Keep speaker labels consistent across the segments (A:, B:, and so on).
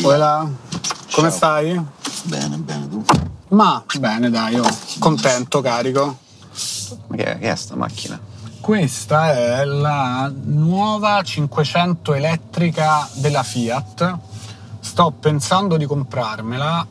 A: Voilà. Come
B: Ciao.
A: stai?
B: Bene, bene, tu.
A: Ma bene, dai, oh, contento, carico.
B: Ma che, che è sta macchina?
A: Questa è la nuova 500 elettrica della Fiat. Sto pensando di comprarmela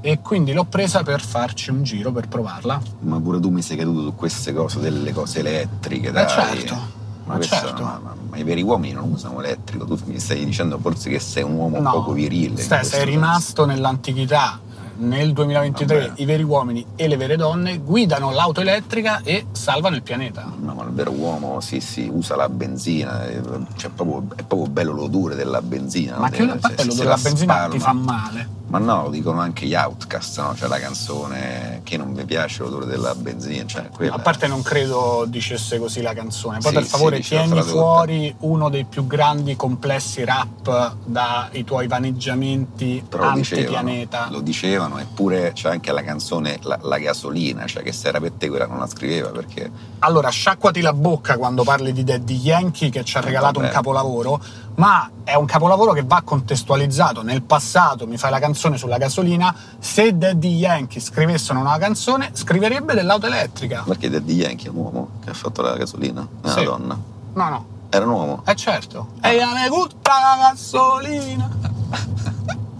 A: e quindi l'ho presa per farci un giro per provarla.
B: Ma pure tu mi sei caduto su queste cose, delle cose elettriche, dai.
A: certo, ma
B: questa-
A: certo.
B: Ma, ma- ma i veri uomini non usano elettrico. Tu mi stai dicendo forse che sei un uomo un
A: No,
B: poco virile. in
A: stai-
B: questo
A: sei
B: senso.
A: rimasto nell'antichità. Nel 2023
B: Vabbè.
A: i veri uomini e le vere donne guidano l'auto elettrica e salvano il pianeta.
B: No, ma il vero uomo sì, sì, usa la benzina, eh, cioè, proprio- è proprio bello l'odore della benzina.
A: Ma
B: no?
A: che
B: Cioè,
A: a parte
B: se-
A: lo
B: se
A: della
B: la
A: benzina ti
B: spalma.
A: fa male.
B: Ma no, lo dicono anche gli outcast, no? Cioè la canzone che non mi piace l'odore della benzina. Cioè, quella-
A: A parte non credo dicesse così la canzone. Poi
B: Sì,
A: per
B: sì,
A: favore
B: diceva
A: tieni
B: tradotta.
A: fuori uno dei più grandi complessi rap dai tuoi vaneggiamenti
B: però lo
A: antipianeta.
B: dicevano, lo dicevano, eppure c'è anche la canzone La, la gasolina, cioè che se era per te quella non la scriveva perché
A: Allora, sciacquati la bocca quando parli di Daddy Yankee che ci ha
B: Eh,
A: regalato un
B: vabbè.
A: capolavoro, ma è un capolavoro che va contestualizzato. Nel passato mi fai la canzone sulla gasolina, se Daddy Yankee scrivesse una nuova canzone, scriverebbe dell'auto elettrica.
B: perché Daddy Yankee è un uomo che ha fatto la gasolina, è una
A: Sì.
B: donna,
A: No, no,
B: era un uomo,
A: Eh certo. E a me gutta la gasolina.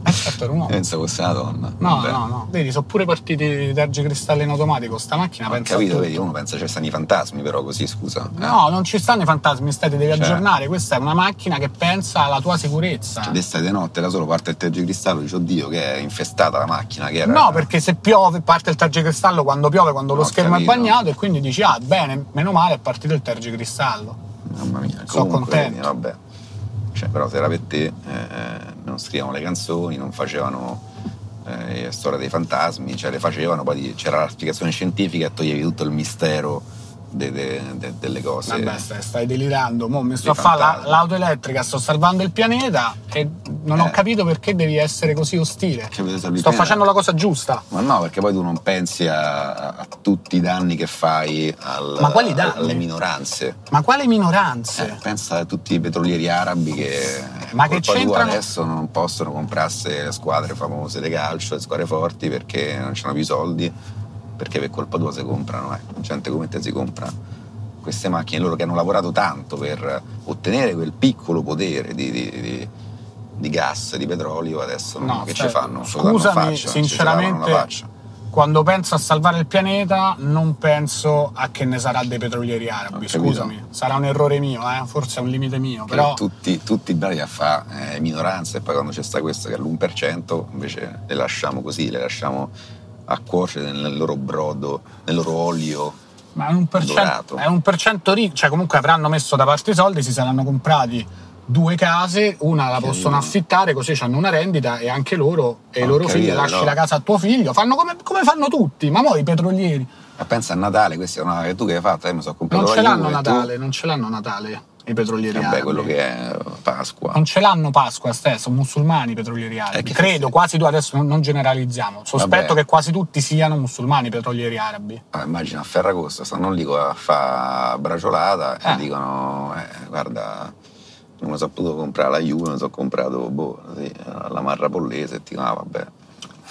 A: Eh certo, era un uomo.
B: pensa fosse una donna.
A: No,
B: Vabbè.
A: no, no. Vedi, sono pure partiti tergi cristalli in automatico. Sta macchina
B: Ho
A: pensa a
B: capito,
A: tutto.
B: vedi, uno pensa ci stanno i fantasmi però così, scusa. eh.
A: No, non ci stanno i fantasmi, stai, ti devi
B: Cioè.
A: aggiornare. Questa è una macchina che pensa alla tua sicurezza.
B: Cioè, d'estate notte da solo parte il tergicristallo e dici oddio che è infestata la macchina che era
A: No, perché se piove parte il tergicristallo quando piove, quando lo
B: eh. Ho
A: schermo
B: capito.
A: è bagnato e quindi dici ah bene, meno male è partito il tergicristallo.
B: Mamma mia,
A: Sono
B: comunque,
A: contento.
B: quindi, vabbè. Cioè, però se era per te, eh, non scrivevano le canzoni, non facevano eh, storia dei fantasmi, cioè le facevano, poi di- c'era la spiegazione scientifica e toglievi tutto il mistero de- de- de- delle cose.
A: Vabbè, stai, stai delirando, mo mi sto a
B: Dei
A: fare la-
B: fantasmi.
A: l'auto elettrica, sto salvando il pianeta e non ho
B: Eh.
A: capito perché devi essere così ostile.
B: Che vedo
A: Sto facendo la cosa giusta.
B: Ma no, perché poi tu non pensi a, a tutti i danni che fai al-
A: Ma quali danni?
B: alle minoranze.
A: Ma quale
B: Eh,
A: minoranze?
B: pensa a tutti i petrolieri arabi che
A: Ma
B: a
A: che
B: colpa tua
A: c'entrano?
B: adesso non possono comprarsi le squadre famose di calcio, le squadre forti perché non c'hanno più i soldi, perché per colpa tua si comprano, eh. gente come te si compra queste macchine, loro che hanno lavorato tanto per ottenere quel piccolo potere di, di- di- di gas, di petrolio, adesso non- che
A: cioè,
B: ci fanno? Solo danno
A: Scusami,
B: faccia, ci
A: sinceramente,
B: lavano la faccia.
A: quando penso a salvare il pianeta, non penso a che ne sarà dei petrolieri arabi.
B: Ho capito.
A: Scusami, sarà un errore mio, eh, forse è un limite mio,
B: Però
A: però.
B: tutti, tutti bravi a fare minoranze e poi quando c'è sta questa che è l'1% invece le lasciamo così, le lasciamo a cuocere nel loro brodo, nel loro olio.
A: Ma è un percento,
B: Dorato.
A: è un percento ricco, cioè comunque avranno messo da parte i soldi, si saranno comprati due case, una la
B: Che
A: possono
B: uno.
A: affittare, così hanno una rendita e anche loro e i
B: Ho
A: loro figli
B: capito,
A: lasci
B: no.
A: la casa a tuo figlio, fanno come, come fanno tutti, ma mo i petrolieri
B: Ma pensa a Natale, questa è una che tu che hai fatto, eh, mi sono comprato
A: non ce
B: la
A: l'hanno
B: Juve,
A: Natale, non ce l'hanno Natale i
B: tu-
A: petrolieri
B: Vabbè,
A: arabi.
B: quello che è Pasqua.
A: Non ce l'hanno Pasqua, ste, sono musulmani i petrolieri arabi.
B: Eh, che
A: Credo,
B: sì.
A: quasi tu adesso non, non generalizziamo, sospetto
B: Vabbè.
A: che quasi tutti siano musulmani i petrolieri arabi.
B: Ah, immagina a Ferragosto stanno lì a fare braciolata
A: Ah.
B: e dicono eh, guarda non mi sono potuto comprare la Juve, mi sono comprato boh, sì, la Marra Pollese e ti dicono ah vabbè.
A: E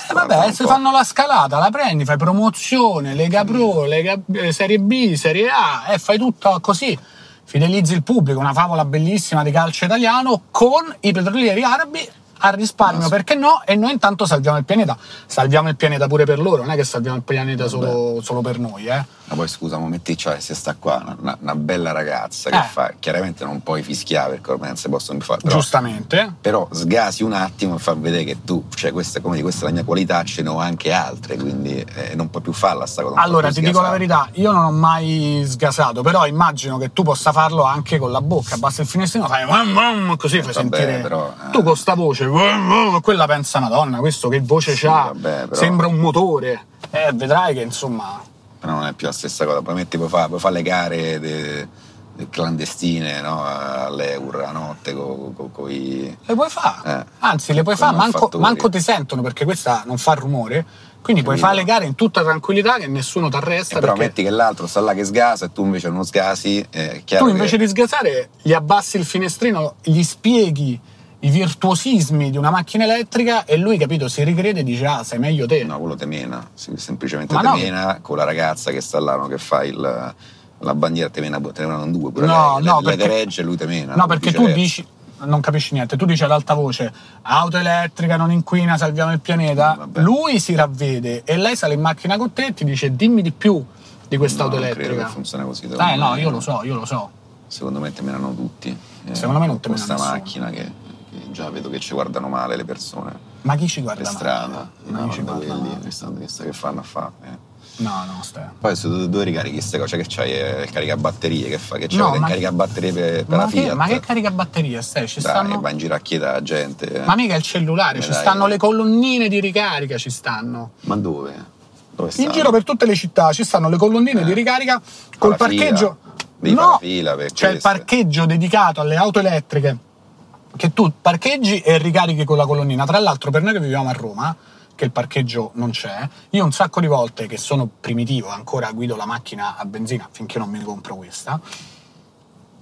A: Eh, vabbè, se
B: Un po'.
A: fanno la scalata, la prendi, fai promozione, Lega
B: Mm.
A: Pro, Lega, eh, Serie B, Serie A, e fai tutto così. Fidelizzi il pubblico, una favola bellissima di calcio italiano con i petrolieri arabi al risparmio,
B: Ma-
A: perché no? E noi intanto salviamo il pianeta. Salviamo il pianeta pure per loro, non è che salviamo il pianeta solo, solo per noi, eh.
B: Ma poi scusa, ma metti, cioè, se sta qua una- una, una bella ragazza che
A: Eh.
B: fa, chiaramente non puoi fischiare perché ormai non si possono più fare, però,
A: Giustamente.
B: però sgasi un attimo e fa vedere che tu, cioè questa, come dire, questa è la mia qualità, ce ne ho anche altre, quindi eh, non puoi più farla sta cosa. non
A: Allora,
B: puoi
A: ti
B: più
A: dico la
B: sgasare.
A: verità, io non ho mai sgasato, però immagino che tu possa farlo anche con la bocca. Basta il finestrino, fai wam wam, così fai
B: vabbè,
A: sentire.
B: però, eh.
A: Tu con sta voce, wam wam, quella pensa Madonna, questo che voce
B: Sì,
A: c'ha,
B: vabbè, però-
A: sembra un motore. Eh, vedrai che insomma.
B: Però non è più la stessa cosa, poi metti, puoi fare puoi fare le gare de- de- clandestine no? all'Eur a notte con i...
A: Le puoi fare.
B: Eh.
A: Anzi, le puoi
B: Come
A: fare,
B: ho
A: manco,
B: fatto
A: manco
B: io.
A: ti sentono perché questa non fa rumore. Quindi puoi
B: Capito.
A: fare le gare in tutta tranquillità che nessuno ti arresta.
B: Però
A: perché-
B: metti che l'altro sta là che sgasa e tu invece non sgasi, eh, è chiaro
A: tu invece
B: che...
A: di sgasare gli abbassi il finestrino, gli spieghi i virtuosismi di una macchina elettrica e lui, capito, si ricrede e dice ah, sei meglio te.
B: No, quello te mena, sem- semplicemente
A: Ma
B: te
A: no.
B: mena con la ragazza che sta là, no, che fa il, la bandiera, te mena, boh, te menano in due, pure
A: No,
B: lei,
A: no,
B: lei,
A: perché-
B: lei te regge e lui te mena.
A: No, perché tu
B: viceversa.
A: dici, non capisci niente, tu dici ad alta voce auto elettrica, non inquina, salviamo il pianeta.
B: Mm, vabbè.
A: Lui si ravvede e lei sale in macchina con te e ti dice dimmi di più di
B: No,
A: quest'auto
B: non credo
A: elettrica.
B: che funziona così.
A: Eh
B: secondo
A: no,
B: me.
A: io lo so, io lo so.
B: Secondo me te menano tutti. eh,
A: Secondo me non te
B: con
A: mena
B: Questa
A: nessuno.
B: macchina che, che già vedo che ci guardano male le persone.
A: Ma chi ci
B: Per
A: guarda? male?
B: strada,
A: Non
B: no,
A: ci
B: da
A: guarda
B: quelli,
A: male.
B: che stanno che sta- che fanno a fare. eh.
A: No, no, stai.
B: Poi su dove, dove ricarichi queste cose? Cioè che c'hai eh, il caricabatterie che fa? Che c'è
A: No,
B: il
A: ma-
B: caricabatterie per, per
A: Ma
B: la
A: che,
B: Fiat?
A: ma che caricabatterie stai? Ci
B: Dai,
A: stanno...
B: va in giro a chiedere a gente. eh.
A: Ma mica il cellulare,
B: Dai,
A: ci
B: dai.
A: stanno le colonnine di ricarica, ci stanno.
B: Ma dove? Dove
A: In
B: stanno?
A: giro per tutte le città ci stanno le colonnine
B: Eh.
A: di ricarica
B: Con
A: col
B: la fila.
A: parcheggio.
B: Devi fare
A: no,
B: la fila per
A: c'è il
B: queste.
A: parcheggio dedicato alle auto elettriche che tu parcheggi e ricarichi con la colonnina. Tra l'altro, per noi che viviamo a Roma, che il parcheggio non c'è, io un sacco di volte che sono primitivo, ancora guido la macchina a benzina finché non mi compro questa.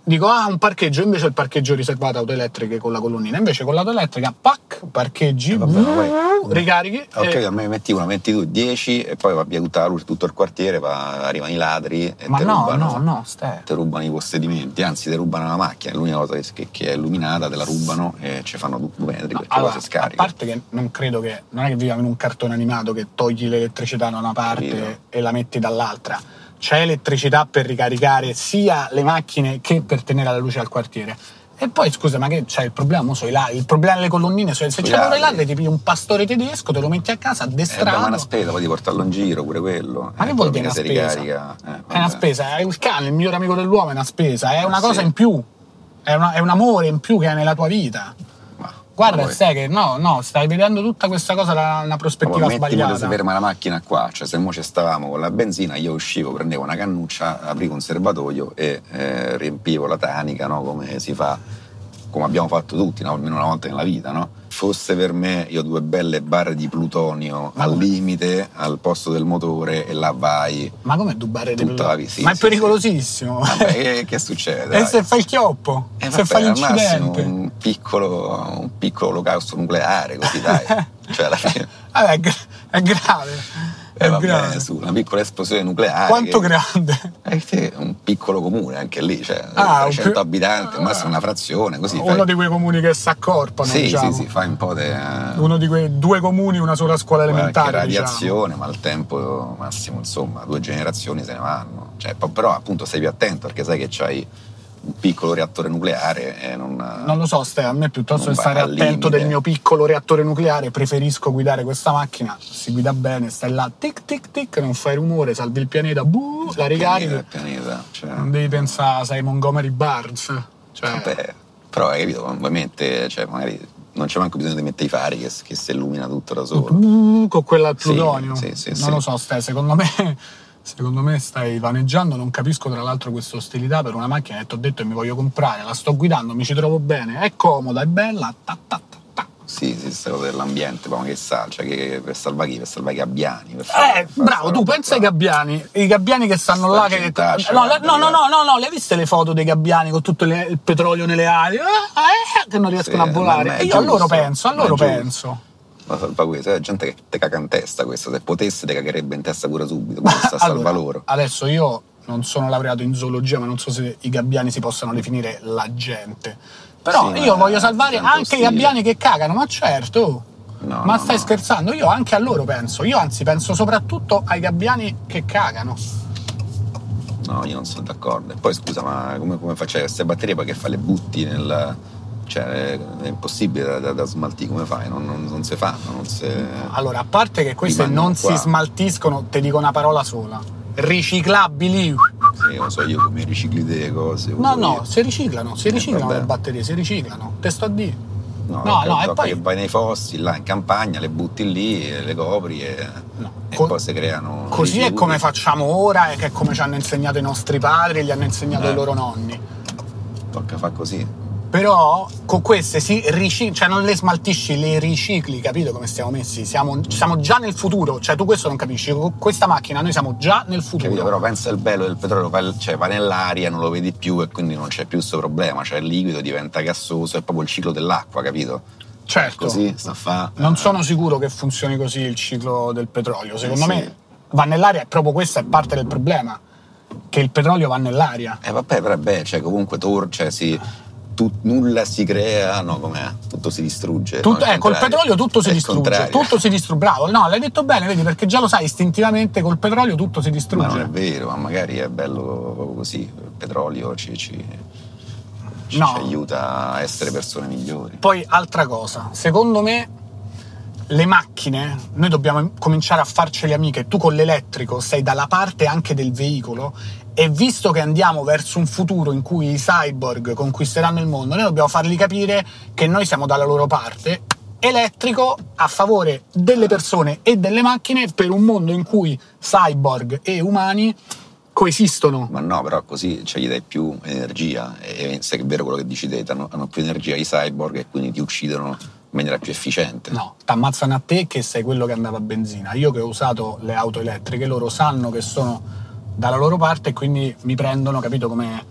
A: Dico, ah, un parcheggio, invece il parcheggio riservato a auto elettriche con la colonnina. Invece con l'auto elettrica, pac, parcheggi,
B: Eh, vabbè, ma poi-
A: ricarichi.
B: Ok,
A: e-
B: a me metti una, metti tu 10 e poi va via tutta la luce, tutto il quartiere, va- arrivano i ladri e
A: Ma
B: te
A: no,
B: rubano.
A: no, no, stai.
B: Te rubano i possedimenti, anzi te rubano la macchina, è l'unica cosa che, che- che è illuminata, te la rubano e ci fanno due metri perché
A: Allora,
B: poi si
A: a
B: Cioè, scarica.
A: parte che non credo che non è che viviamo in un cartone animato che togli l'elettricità da una parte
B: Capito.
A: e la metti dall'altra. C'è elettricità per ricaricare sia le macchine che per tenere la luce al quartiere. E poi scusa, ma che c'è il problema? Mo so i la- il problema delle colonnine, so- se
B: Sui
A: c'è la
B: ladri.
A: ladri ti pigli un pastore tedesco, te lo metti a casa
B: Eh, beh, ma è una
A: addestrato.
B: spesa, poi di portarlo in giro pure quello.
A: Ma
B: Eh,
A: che vuol
B: poi
A: dire
B: mica
A: una
B: si
A: spesa?
B: ricarica. Eh,
A: È una
B: vabbè.
A: spesa, è il cane, il miglior amico dell'uomo è una spesa, è una
B: sì.
A: cosa in più, è, una- è un amore in più che hai nella tua vita.
B: Ma-
A: Guarda,
B: ma poi-
A: sai che no, no, stai vedendo tutta questa cosa da una
B: Ma
A: prospettiva
B: poi mettimi che
A: sbagliata.
B: si ferma la macchina qua, cioè se mo ci stavamo con la benzina, io uscivo, prendevo una cannuccia, aprivo un serbatoio e eh, riempivo la tanica, no? come si fa, come abbiamo fatto tutti, no? almeno una volta nella vita. No? Fosse per me, io due belle barre di plutonio al limite, al posto del motore e là vai.
A: Ma come dubare di
B: Tutta la
A: quello?
B: vita, sì,
A: Ma è
B: sì,
A: pericolosissimo.
B: Vabbè, che, che succede?
A: e
B: dai?
A: se fai il chioppo?
B: Eh,
A: se
B: vabbè,
A: fai
B: al massimo
A: l'incidente?
B: un piccolo, un piccolo olocausto nucleare, così dai. cioè, alla fine,
A: Vabbè, è, gra- è grave.
B: eh,
A: è
B: vabbè,
A: grave.
B: su, una piccola esplosione nucleare.
A: Quanto
B: che-
A: grande?
B: Eh, te, un piccolo comune anche lì, cioè
A: Ah, un
B: 300
A: più- Ah.
B: abitanti, al massimo una frazione, così.
A: Uno
B: fai-
A: di quei comuni che si accorpano,
B: sì,
A: diciamo.
B: sì, sì, fai un po' di eh,
A: Uno di quei due comuni, una sola scuola
B: qualche
A: elementare. Diciamo.
B: radiazione, ma al tempo massimo, insomma, due generazioni se ne vanno. Cioè, po- però appunto stai più attento perché sai che c'hai un piccolo reattore nucleare e non...
A: Non lo so, Ste, a me piuttosto
B: Non
A: che stare
B: va al
A: attento
B: limite.
A: del mio piccolo reattore nucleare, preferisco guidare questa macchina, si guida bene, stai là, tic tic tic, non fai rumore, salvi il pianeta, buh, la
B: Il
A: ricarichi.
B: pianeta, cioè, eh,
A: Non devi pensare, sei Montgomery Barnes. Cioè,
B: vabbè, però hai capito, ovviamente, cioè, magari non c'è manco bisogno di mettere i fari che, che si illumina tutto da solo.
A: buh, con quella al plutonio.
B: sì, sì,
A: non
B: sì.
A: lo so, Ste, secondo me, secondo me stai vaneggiando, non capisco tra l'altro questa ostilità per una macchina che ti ho detto che mi voglio comprare, la sto guidando, mi ci trovo bene, è comoda, è bella, ta ta ta ta.
B: Sì, sì, questa cosa dell'ambiente, poi ma che sa, cioè che per salvare chi? Per salvare i gabbiani. Per
A: Eh,
B: fare- fare
A: bravo,
B: sta
A: tu
B: roba
A: pensa ai
B: qua.
A: gabbiani, i gabbiani che stanno
B: Sta eh,
A: là che...
B: gentaccia,
A: No, le-
B: guarda,
A: no, no,
B: guarda.
A: no, no, no, le hai viste le foto dei gabbiani con tutto le- il petrolio nelle ali? Eh, eh, che non riescono
B: Sì,
A: a
B: ma
A: volare.
B: è
A: E io a loro
B: giusto,
A: penso, a
B: ma è
A: loro
B: giusto.
A: penso.
B: Ma salva questo, è gente che te caga in testa questo, se potesse te cagherebbe in testa pure subito, questo sta a
A: Allora,
B: salva loro.
A: Adesso io non sono laureato in zoologia, ma non so se i gabbiani si possano definire la gente. Però
B: Sì,
A: io
B: ma
A: voglio
B: è
A: salvare
B: gente
A: anche i
B: ostile.
A: gabbiani che cagano, ma certo.
B: No,
A: ma
B: no,
A: stai
B: no.
A: scherzando? Io anche a loro penso. Io anzi penso soprattutto ai gabbiani che cagano.
B: No, io non sono d'accordo. E poi scusa, ma come, come facciai queste batterie poi che fa le butti nel... Cioè, è impossibile da, da- da smaltire, come fai? Non, non- non si fanno, non si...
A: Allora, a parte che queste
B: Rimangono
A: non
B: qua.
A: si smaltiscono, ti dico una parola sola. Riciclabili.
B: Sì, non so io come ricicli delle cose.
A: No,
B: uso
A: no,
B: io.
A: si riciclano, si
B: Eh,
A: riciclano
B: vabbè.
A: le batterie, si riciclano. Te sto a dire.
B: No,
A: No, no, e
B: tocca
A: poi-
B: che vai nei fossi, là in campagna, le butti lì, eh, le copri e,
A: No,
B: e
A: co-
B: poi si creano.
A: Così
B: dei
A: è come
B: rifiuti.
A: facciamo ora e che è come ci hanno insegnato i nostri padri, gli hanno insegnato
B: Eh.
A: i loro nonni.
B: Tocca fare così.
A: Però con queste si ricicli, cioè non le smaltisci, le ricicli, capito come stiamo messi? Siamo, siamo già nel futuro, cioè tu questo non capisci, con questa macchina noi siamo già nel futuro.
B: Capito? Però pensa al bello del petrolio, va- cioè va nell'aria, non lo vedi più e quindi non c'è più questo problema, cioè il liquido diventa gassoso, è proprio il ciclo dell'acqua, capito?
A: certo,
B: Così sta a fa.
A: non sono sicuro che funzioni così il ciclo del petrolio, secondo
B: Eh, sì.
A: me va nell'aria e proprio questa è parte del problema, che il petrolio va nell'aria.
B: E vabbè, però è bello, cioè comunque tor- cioè, si- tu- nulla si crea, no, com'è? Tutto si distrugge.
A: Tutto,
B: no, al
A: eh, col
B: contrario.
A: petrolio tutto si
B: È il
A: distrugge,
B: contrario.
A: tutto si distrugge, bravo, no, l'hai detto bene, vedi, perché già lo sai, istintivamente col petrolio tutto si distrugge.
B: Ma non è vero, ma magari è bello proprio così, il petrolio ci, ci- ci-
A: No.
B: ci aiuta a essere persone migliori.
A: Poi altra cosa, secondo me le macchine, noi dobbiamo cominciare a farcele amiche, tu con l'elettrico sei dalla parte anche del veicolo e visto che andiamo verso un futuro in cui i cyborg conquisteranno il mondo, noi dobbiamo fargli capire che noi siamo dalla loro parte, elettrico a favore delle persone e delle macchine per un mondo in cui cyborg e umani coesistono.
B: Ma no, però così cioè, gli dai più energia. E, e se è vero quello che dici te, hanno, hanno più energia i cyborg e quindi ti uccidono in maniera più efficiente.
A: No, t'ammazzano a te che sei quello che andava a benzina. Io che ho usato le auto elettriche, loro sanno che sono dalla loro parte e quindi mi prendono, capito, come,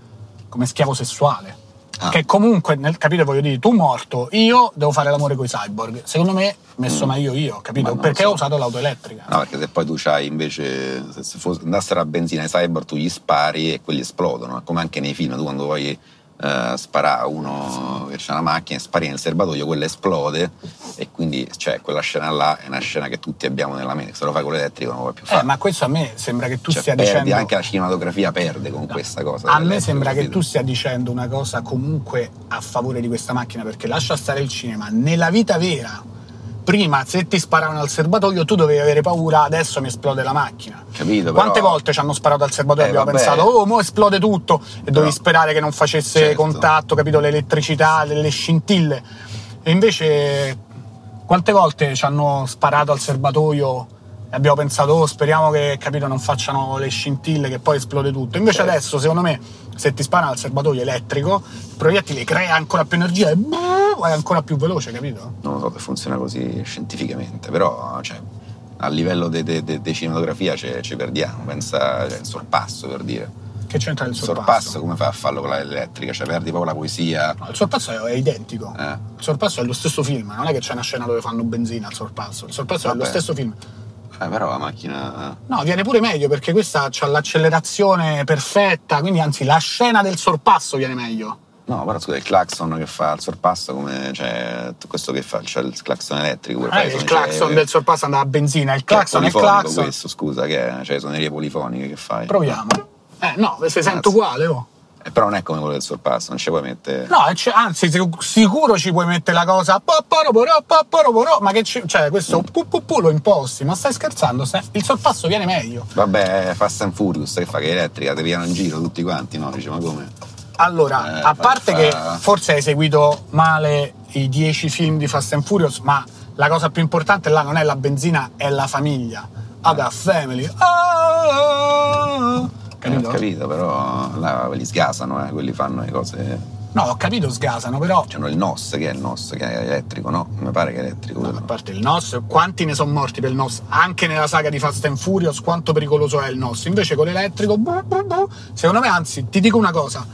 A: come schiavo sessuale.
B: Ah.
A: Che comunque, nel, capito, voglio dire, tu morto, io devo fare l'amore con i cyborg. Secondo me, messo meglio io,
B: Mm. Ma
A: capito?
B: non lo
A: Perché
B: so.
A: ho usato l'auto elettrica.
B: No, perché se poi tu c'hai invece, se, se fosse- andassero a benzina i cyborg, tu gli spari e quelli esplodono, come anche nei film, tu quando vuoi eh, sparare a uno che c'ha una macchina e spari nel serbatoio, quella esplode e quindi cioè, quella scena là è una scena che tutti abbiamo nella mente, se lo fai con l'elettrico non lo puoi più fare.
A: Eh, ma questo a me sembra che tu
B: Cioè,
A: stia
B: perdi,
A: dicendo.
B: anche la cinematografia perde con questa cosa.
A: A me
B: dell'elettrico,
A: sembra che
B: capito?
A: tu stia dicendo una cosa comunque a favore di questa macchina, perché lascia stare il cinema. Nella vita vera, prima se ti sparavano al serbatoio, tu dovevi avere paura, adesso mi esplode la macchina.
B: Capito,
A: Quante
B: però-
A: volte ci hanno sparato al serbatoio e
B: Eh,
A: abbiamo
B: vabbè.
A: pensato, oh, mo esplode tutto, e dovevi sperare che non facesse
B: Certo.
A: contatto, capito, l'elettricità, le le scintille. E invece, quante volte ci hanno sparato al serbatoio e abbiamo pensato, oh, speriamo che, capito, non facciano le scintille, che poi esplode tutto. Invece
B: Certo.
A: adesso, secondo me, se ti sparano al serbatoio elettrico, il proiettile crea ancora più energia e brrr, è ancora più veloce, capito?
B: non lo so se funziona così scientificamente, però cioè, a livello di cinematografia ce- ci perdiamo, pensa cioè, il sorpasso per dire.
A: Che c'entra il
B: Il
A: sorpasso?
B: sorpasso come fa a farlo con l'elettrica? Cioè perdi proprio la poesia.
A: No, il sorpasso è- è identico.
B: Eh.
A: Il sorpasso è lo stesso film, non è che c'è una scena dove fanno benzina al sorpasso. Il sorpasso è lo
B: Vabbè.
A: stesso film.
B: Eh, però la macchina... eh.
A: No, viene pure meglio perché questa ha l'accelerazione perfetta, quindi anzi la scena del sorpasso viene meglio.
B: No, però scusa, il clacson che fa il sorpasso come... Cioè, t- questo che fa? Cioè il clacson elettrico.
A: Non è che Ah, Eh, il clacson del sorpasso andava a benzina, il clacson è il
B: clacson.
A: clacson.
B: questo, scusa, che è? Cioè sonerie polifoniche che fai.
A: Proviamo. Eh no, se sento
B: Cazzo.
A: uguale, oh.
B: Eh, però non è come quello del sorpasso, non ci puoi mettere...
A: No, e c'è- anzi, sic- sicuro ci puoi mettere la cosa. "Pa, paro, porò, pa, paro, porò", Ma che ci- Cioè, questo pu, pu, pu lo imposti, ma stai scherzando? Stai- Il sorpasso viene meglio.
B: Vabbè, Fast and Furious che fa che è elettrica, ti piano in giro tutti quanti, no? Dice, ma come?
A: Allora,
B: Eh,
A: a parte
B: fa-
A: che
B: fa-
A: forse hai seguito male i 10 film di Fast and Furious, ma la cosa più importante là non è la benzina, è la famiglia.
B: Eh.
A: Ada Family. Ah,
B: Capito?
A: capito?
B: Eh, Ho capito, però là quelli sgasano, eh, quelli fanno le cose.
A: No, ho capito, sgasano, però.
B: Cioè, no, il NOS, che è il NOS, che è elettrico, no? Mi pare che è elettrico.
A: A
B: quello.
A: parte il NOS, quanti ne sono morti per il NOS? Anche nella saga di Fast and Furious, quanto pericoloso è il NOS? Invece con l'elettrico, bu, bu, bu, secondo me, anzi, ti dico una cosa.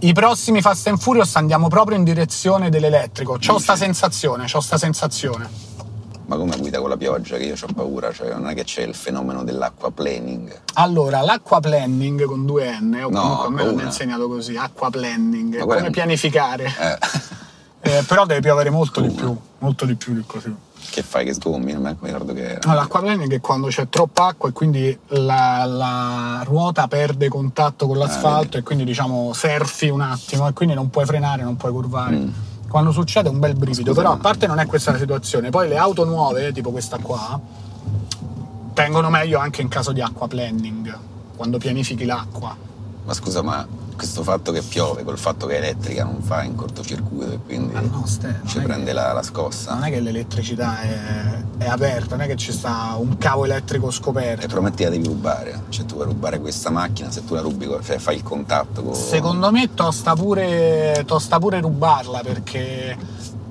A: I prossimi Fast and Furious andiamo proprio in direzione dell'elettrico. C'ho sta sensazione, c'ho sta sensazione.
B: Ma come guida con la pioggia, che io ho paura, cioè non è che c'è il fenomeno dell'acquaplaning.
A: Allora, l'acquaplanning con due N, o
B: No,
A: comunque a me l'hanno
B: una.
A: insegnato così, acquaplanning,
B: Ma quella
A: come
B: è-
A: pianificare.
B: Eh,
A: Eh, però deve piovere molto di
B: Una.
A: più, molto di più di così.
B: che fai che sgommi? Non mi ricordo che era.
A: No, l'acquaplaning è quando c'è troppa acqua e quindi la, la ruota perde contatto
B: Eh,
A: con l'asfalto e quindi diciamo surfi un attimo e quindi non puoi frenare, non puoi curvare.
B: Mm.
A: Quando succede è un bel brivido,
B: Scusa,
A: però a
B: ma-
A: parte non è questa la situazione. Poi le auto nuove, tipo questa qua, tengono meglio anche in caso di acquaplaning, quando pianifichi l'acqua.
B: Ma scusa, ma questo fatto che piove col fatto che è elettrica non fa in cortocircuito e quindi
A: Ah, no, Ste, non
B: ci
A: è che-
B: prende la, la scossa.
A: Non è che l'elettricità è, è aperta, non è che ci sta un cavo elettrico
B: E
A: scoperto.
B: prometti la devi rubare, cioè tu vuoi rubare questa macchina, se tu la rubi, co- cioè fai il contatto con...
A: Secondo me tosta pure, tosta pure rubarla perché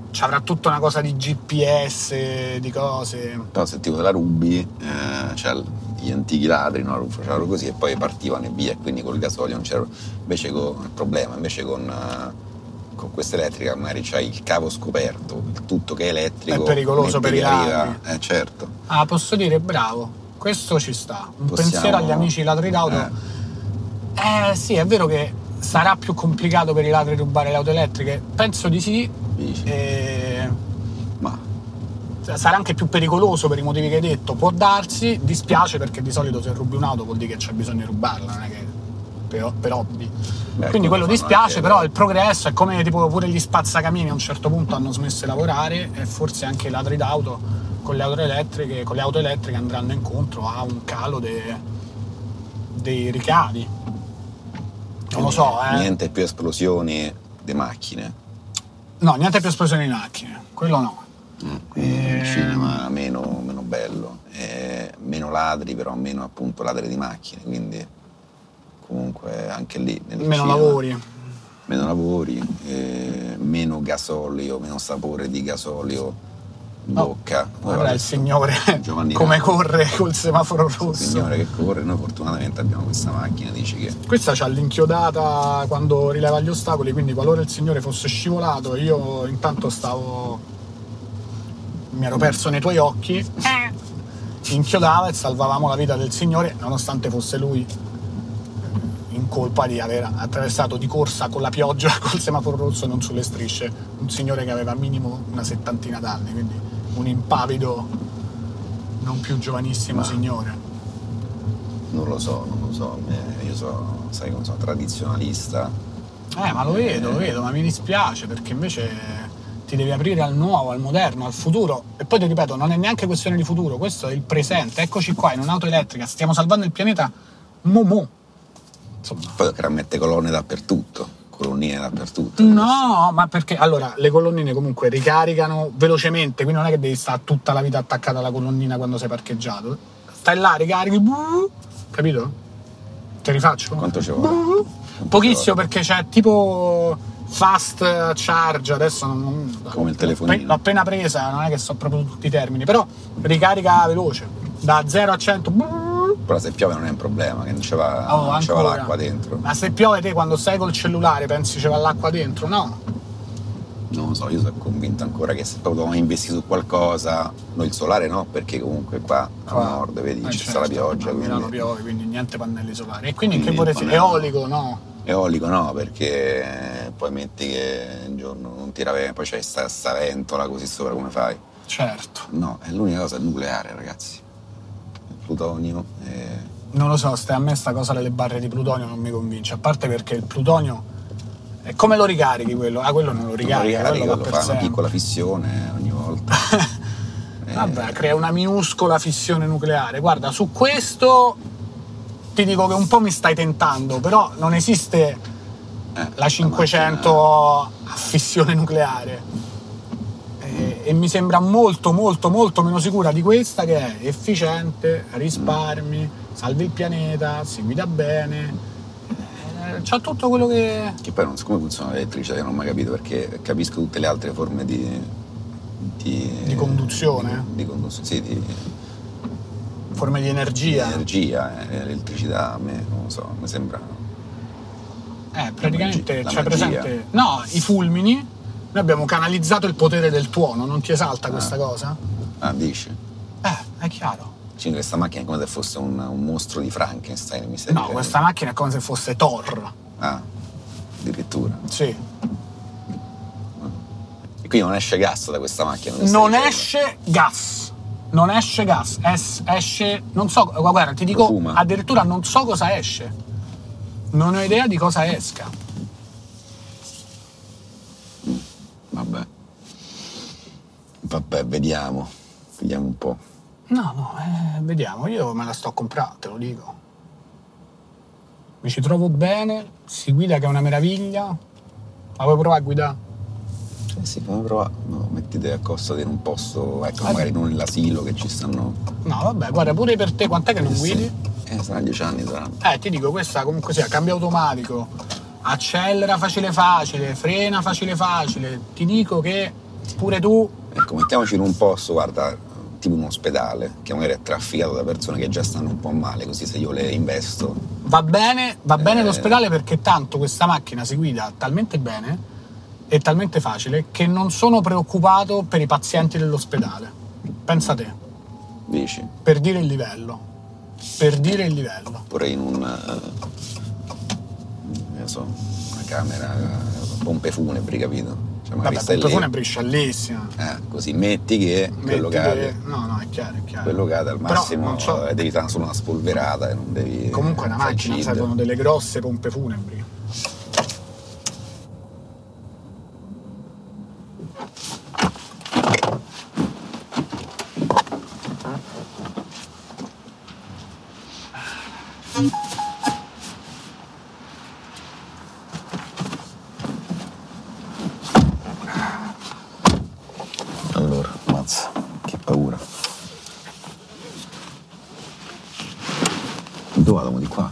A: ci avrà tutta una cosa di GPS, di cose.
B: Però se tipo te la rubi, eh, cioè gli antichi ladri no, facevano così e poi partivano e via, e quindi col gasolio non c'era invece con, il problema, invece con, eh, con questa elettrica magari c'hai il cavo scoperto, il tutto che è elettrico.
A: È pericoloso
B: metti
A: per
B: che
A: i
B: arriva-
A: ladri.
B: Eh certo.
A: Ah, posso dire bravo, questo ci sta. Un
B: Possiamo- Eh,
A: pensiero agli amici ladri d'auto. Eh. sì, è vero che sarà più complicato per i ladri rubare le auto elettriche? Penso di sì.
B: Dici.
A: Eh, E
B: Ma
A: Cioè, sarà anche più pericoloso per i motivi che hai detto. Può darsi, dispiace perché di solito se rubi un'auto vuol dire che c'è bisogno di rubarla, non è che per, per hobby.
B: Beh,
A: Quindi quello
B: quello ecco, fanno
A: dispiace,
B: anche-
A: però il progresso è come tipo pure gli spazzacamini a un certo punto hanno smesso di lavorare e forse anche i ladri d'auto con le auto elettriche, con le auto elettriche andranno incontro a un calo de- dei ricavi. Non lo so, eh.
B: Niente più esplosioni di macchine.
A: No, niente più esplosioni di macchine, quello no.
B: quindi un
A: Eh.
B: cinema meno, meno bello, eh, meno ladri, però meno appunto ladri di macchine, quindi comunque anche lì nel
A: Meno
B: cinema,
A: lavori.
B: meno lavori, eh, meno gasolio, meno sapore di gasolio in
A: No,
B: bocca.
A: Guarda il signore
B: Giovanni
A: come
B: Rocco.
A: corre col semaforo
B: il
A: rosso.
B: signore che corre, noi fortunatamente abbiamo questa macchina, dici che
A: Questa c'ha l'inchiodata quando rileva gli ostacoli, quindi qualora il signore fosse scivolato, io intanto stavo. mi ero perso nei tuoi occhi. Inchiodava e salvavamo la vita del signore, nonostante fosse lui in colpa di aver attraversato di corsa con la pioggia, col semaforo rosso e non sulle strisce. Un signore che aveva minimo una settantina d'anni, quindi un impavido, non più giovanissimo
B: Ma-
A: signore.
B: non lo so, non lo so, eh, io so, sai come sono tradizionalista.
A: Eh, ma lo vedo, lo vedo, ma mi dispiace perché invece ti devi aprire al nuovo, al moderno, al futuro. E poi ti ripeto, non è neanche questione di futuro, questo è il presente. Eccoci qua in un'auto elettrica, stiamo salvando il pianeta Momo. Insomma.
B: Poi che mette colonne dappertutto, colonnine dappertutto.
A: No, ma perché allora le colonnine comunque ricaricano velocemente, quindi non è che devi stare tutta la vita attaccata alla colonnina quando sei parcheggiato. Stai là, ricarichi, buh, capito? Te rifaccio?
B: Quanto ci vuole?
A: Boh. Pochissimo perché c'è tipo fast charge, adesso non- non,
B: Come il telefonino.
A: l'ho appena presa, non è che so proprio tutti i termini, però ricarica veloce, da 0 a 100.
B: Ah,
A: brrr.
B: Però se piove non è un problema, che non ci va,
A: Oh,
B: non ci va
A: ancora.
B: l'acqua dentro.
A: Ma se piove te quando sei col cellulare pensi ci va l'acqua dentro? No.
B: Non lo so, io sono convinto ancora che se proprio dobbiamo investire su qualcosa, noi il solare no, perché comunque qua a nord, vedi,
A: Eh,
B: ci
A: certo,
B: sta la pioggia,
A: A Milano
B: quindi
A: piove, quindi niente pannelli solari. E quindi, che
B: Quindi
A: vorresti?
B: pannello.
A: Eolico, no.
B: eolico no, perché poi metti che un giorno non tira vento, poi c'è sta, sta ventola così sopra come fai.
A: Certo.
B: No, è l'unica cosa è il nucleare, ragazzi. Il plutonio eh,
A: Non lo so, stai a me sta cosa delle barre di plutonio non mi convince, a parte perché il plutonio è come lo ricarichi quello? Ah, quello non lo
B: non lo
A: ricarichi,
B: ricarica,
A: quello va
B: lo
A: per
B: fa una
A: sempre.
B: piccola fissione ogni volta. Eh,
A: Vabbè, crea una minuscola fissione nucleare. Guarda, su questo ti dico che un po' mi stai tentando, però non esiste
B: eh,
A: la 500 a fissione nucleare. E, e mi sembra molto, molto, molto meno sicura di questa che è efficiente, risparmi, salvi il pianeta, si guida bene. Eh, C'ha tutto quello che.
B: Che poi non so come funziona l'elettricità, io non ho mai capito perché capisco tutte le altre forme di. di,
A: Di conduzione?
B: Di, di conduzione, sì, di, di
A: forme di energia.
B: energia, eh, l'elettricità, a me non lo so, mi sembra.
A: Eh, praticamente
B: La
A: c'è
B: magia.
A: presente. No, i fulmini. Noi abbiamo canalizzato il potere del tuono, non ti esalta questa cosa?
B: Ah, dici?
A: Eh, è chiaro.
B: Quindi questa macchina è come se fosse un, un mostro di Frankenstein, mi sembra.
A: No, questa macchina è come se fosse Thor.
B: Ah, addirittura.
A: Sì.
B: E quindi non esce gas da questa macchina. mi stai
A: Non
B: dicendo?
A: esce gas. Non esce gas. Es- esce. Non so. Guarda, ti dico.
B: Profuma.
A: Addirittura non so cosa esce. Non ho idea di cosa esca.
B: Vabbè. Vabbè, vediamo. Vediamo un po'.
A: No, no, eh, vediamo. Io me la sto comprando, te lo dico. mi ci trovo bene, si guida che è una meraviglia. La vuoi provare a guidare?
B: Eh sì, come prova? No, mettete a costa di un posto, ecco,
A: Ah,
B: magari non l'asilo che ci stanno.
A: No, vabbè, guarda, pure per te quant'è che non
B: Eh sì.
A: guidi?
B: Eh, saranno dieci anni, saranno.
A: Eh, ti dico, questa comunque sia, cambio automatico, accelera facile facile, frena facile facile. Ti dico che pure tu
B: Ecco, mettiamoci in un posto, guarda, tipo un ospedale, che magari è trafficato da persone che già stanno un po' male, così se io le investo.
A: va bene, va bene
B: Eh.
A: l'ospedale perché tanto questa macchina si guida talmente bene e talmente facile che non sono preoccupato per i pazienti dell'ospedale. Pensa te,
B: Dici,
A: per dire il livello. Per dire il livello.
B: pure in un. eh, non so, una camera, eh, pompe funebri, capito? Cioè, magari
A: Vabbè,
B: stai
A: Punta Fune è
B: lì.
A: brisciallissima.
B: Eh, così metti che quello
A: Metti che-
B: cade.
A: No, no, è chiaro, è chiaro.
B: Quello cade al
A: Però
B: massimo
A: non so-
B: eh, devi fare solo una spolverata e non devi.
A: Comunque è una
B: fai
A: macchina,
B: gid.
A: servono delle grosse pompe funebri.
B: Allora, mazza, che paura. Dove vado mo di qua?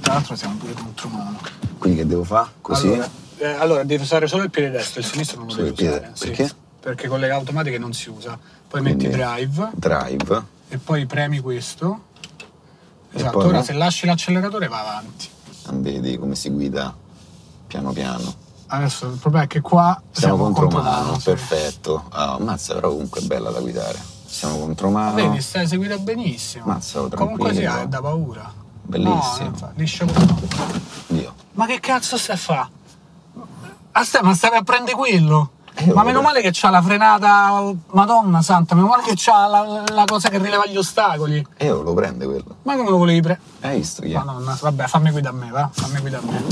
A: Tra l'altro siamo pure contro mano.
B: Quindi che devo fare? Così?
A: Allora, eh, allora, devi usare solo il piede destro, il sinistro non lo
B: Solo
A: devi
B: il piede,
A: usare. sì.
B: perché?
A: Perché con le automatiche non si usa. Poi metti
B: Quindi-
A: drive
B: Drive.
A: e poi premi questo.
B: E
A: Esatto,
B: poi
A: ora
B: no?
A: se lasci l'acceleratore va avanti.
B: Non Vedi come si guida piano piano.
A: Adesso il problema è che qua
B: Siamo,
A: siamo
B: contro
A: contro
B: mano,
A: mano, sì.
B: perfetto. Ah, mazza, però comunque è bella da guidare. Siamo contro mano.
A: Ah, Vedi, stai seguita benissimo.
B: Mazza, oh,
A: Comunque sì,
B: tranquillo.
A: è da paura.
B: Bellissimo.
A: No, non fa- liscio come-
B: Dio.
A: Ma che cazzo stai a fa? Ah, stai, ma stavi a prendere quello? Ma meno male che c'ha la frenata, oh, madonna santa, meno male che c'ha la, la cosa che rileva gli ostacoli.
B: E io lo prende quello.
A: Ma come lo volevi pre...
B: Hai visto chi è?
A: Madonna, vabbè, fammi guidare a me, va? Fammi guidare a me.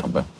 B: Vabbè.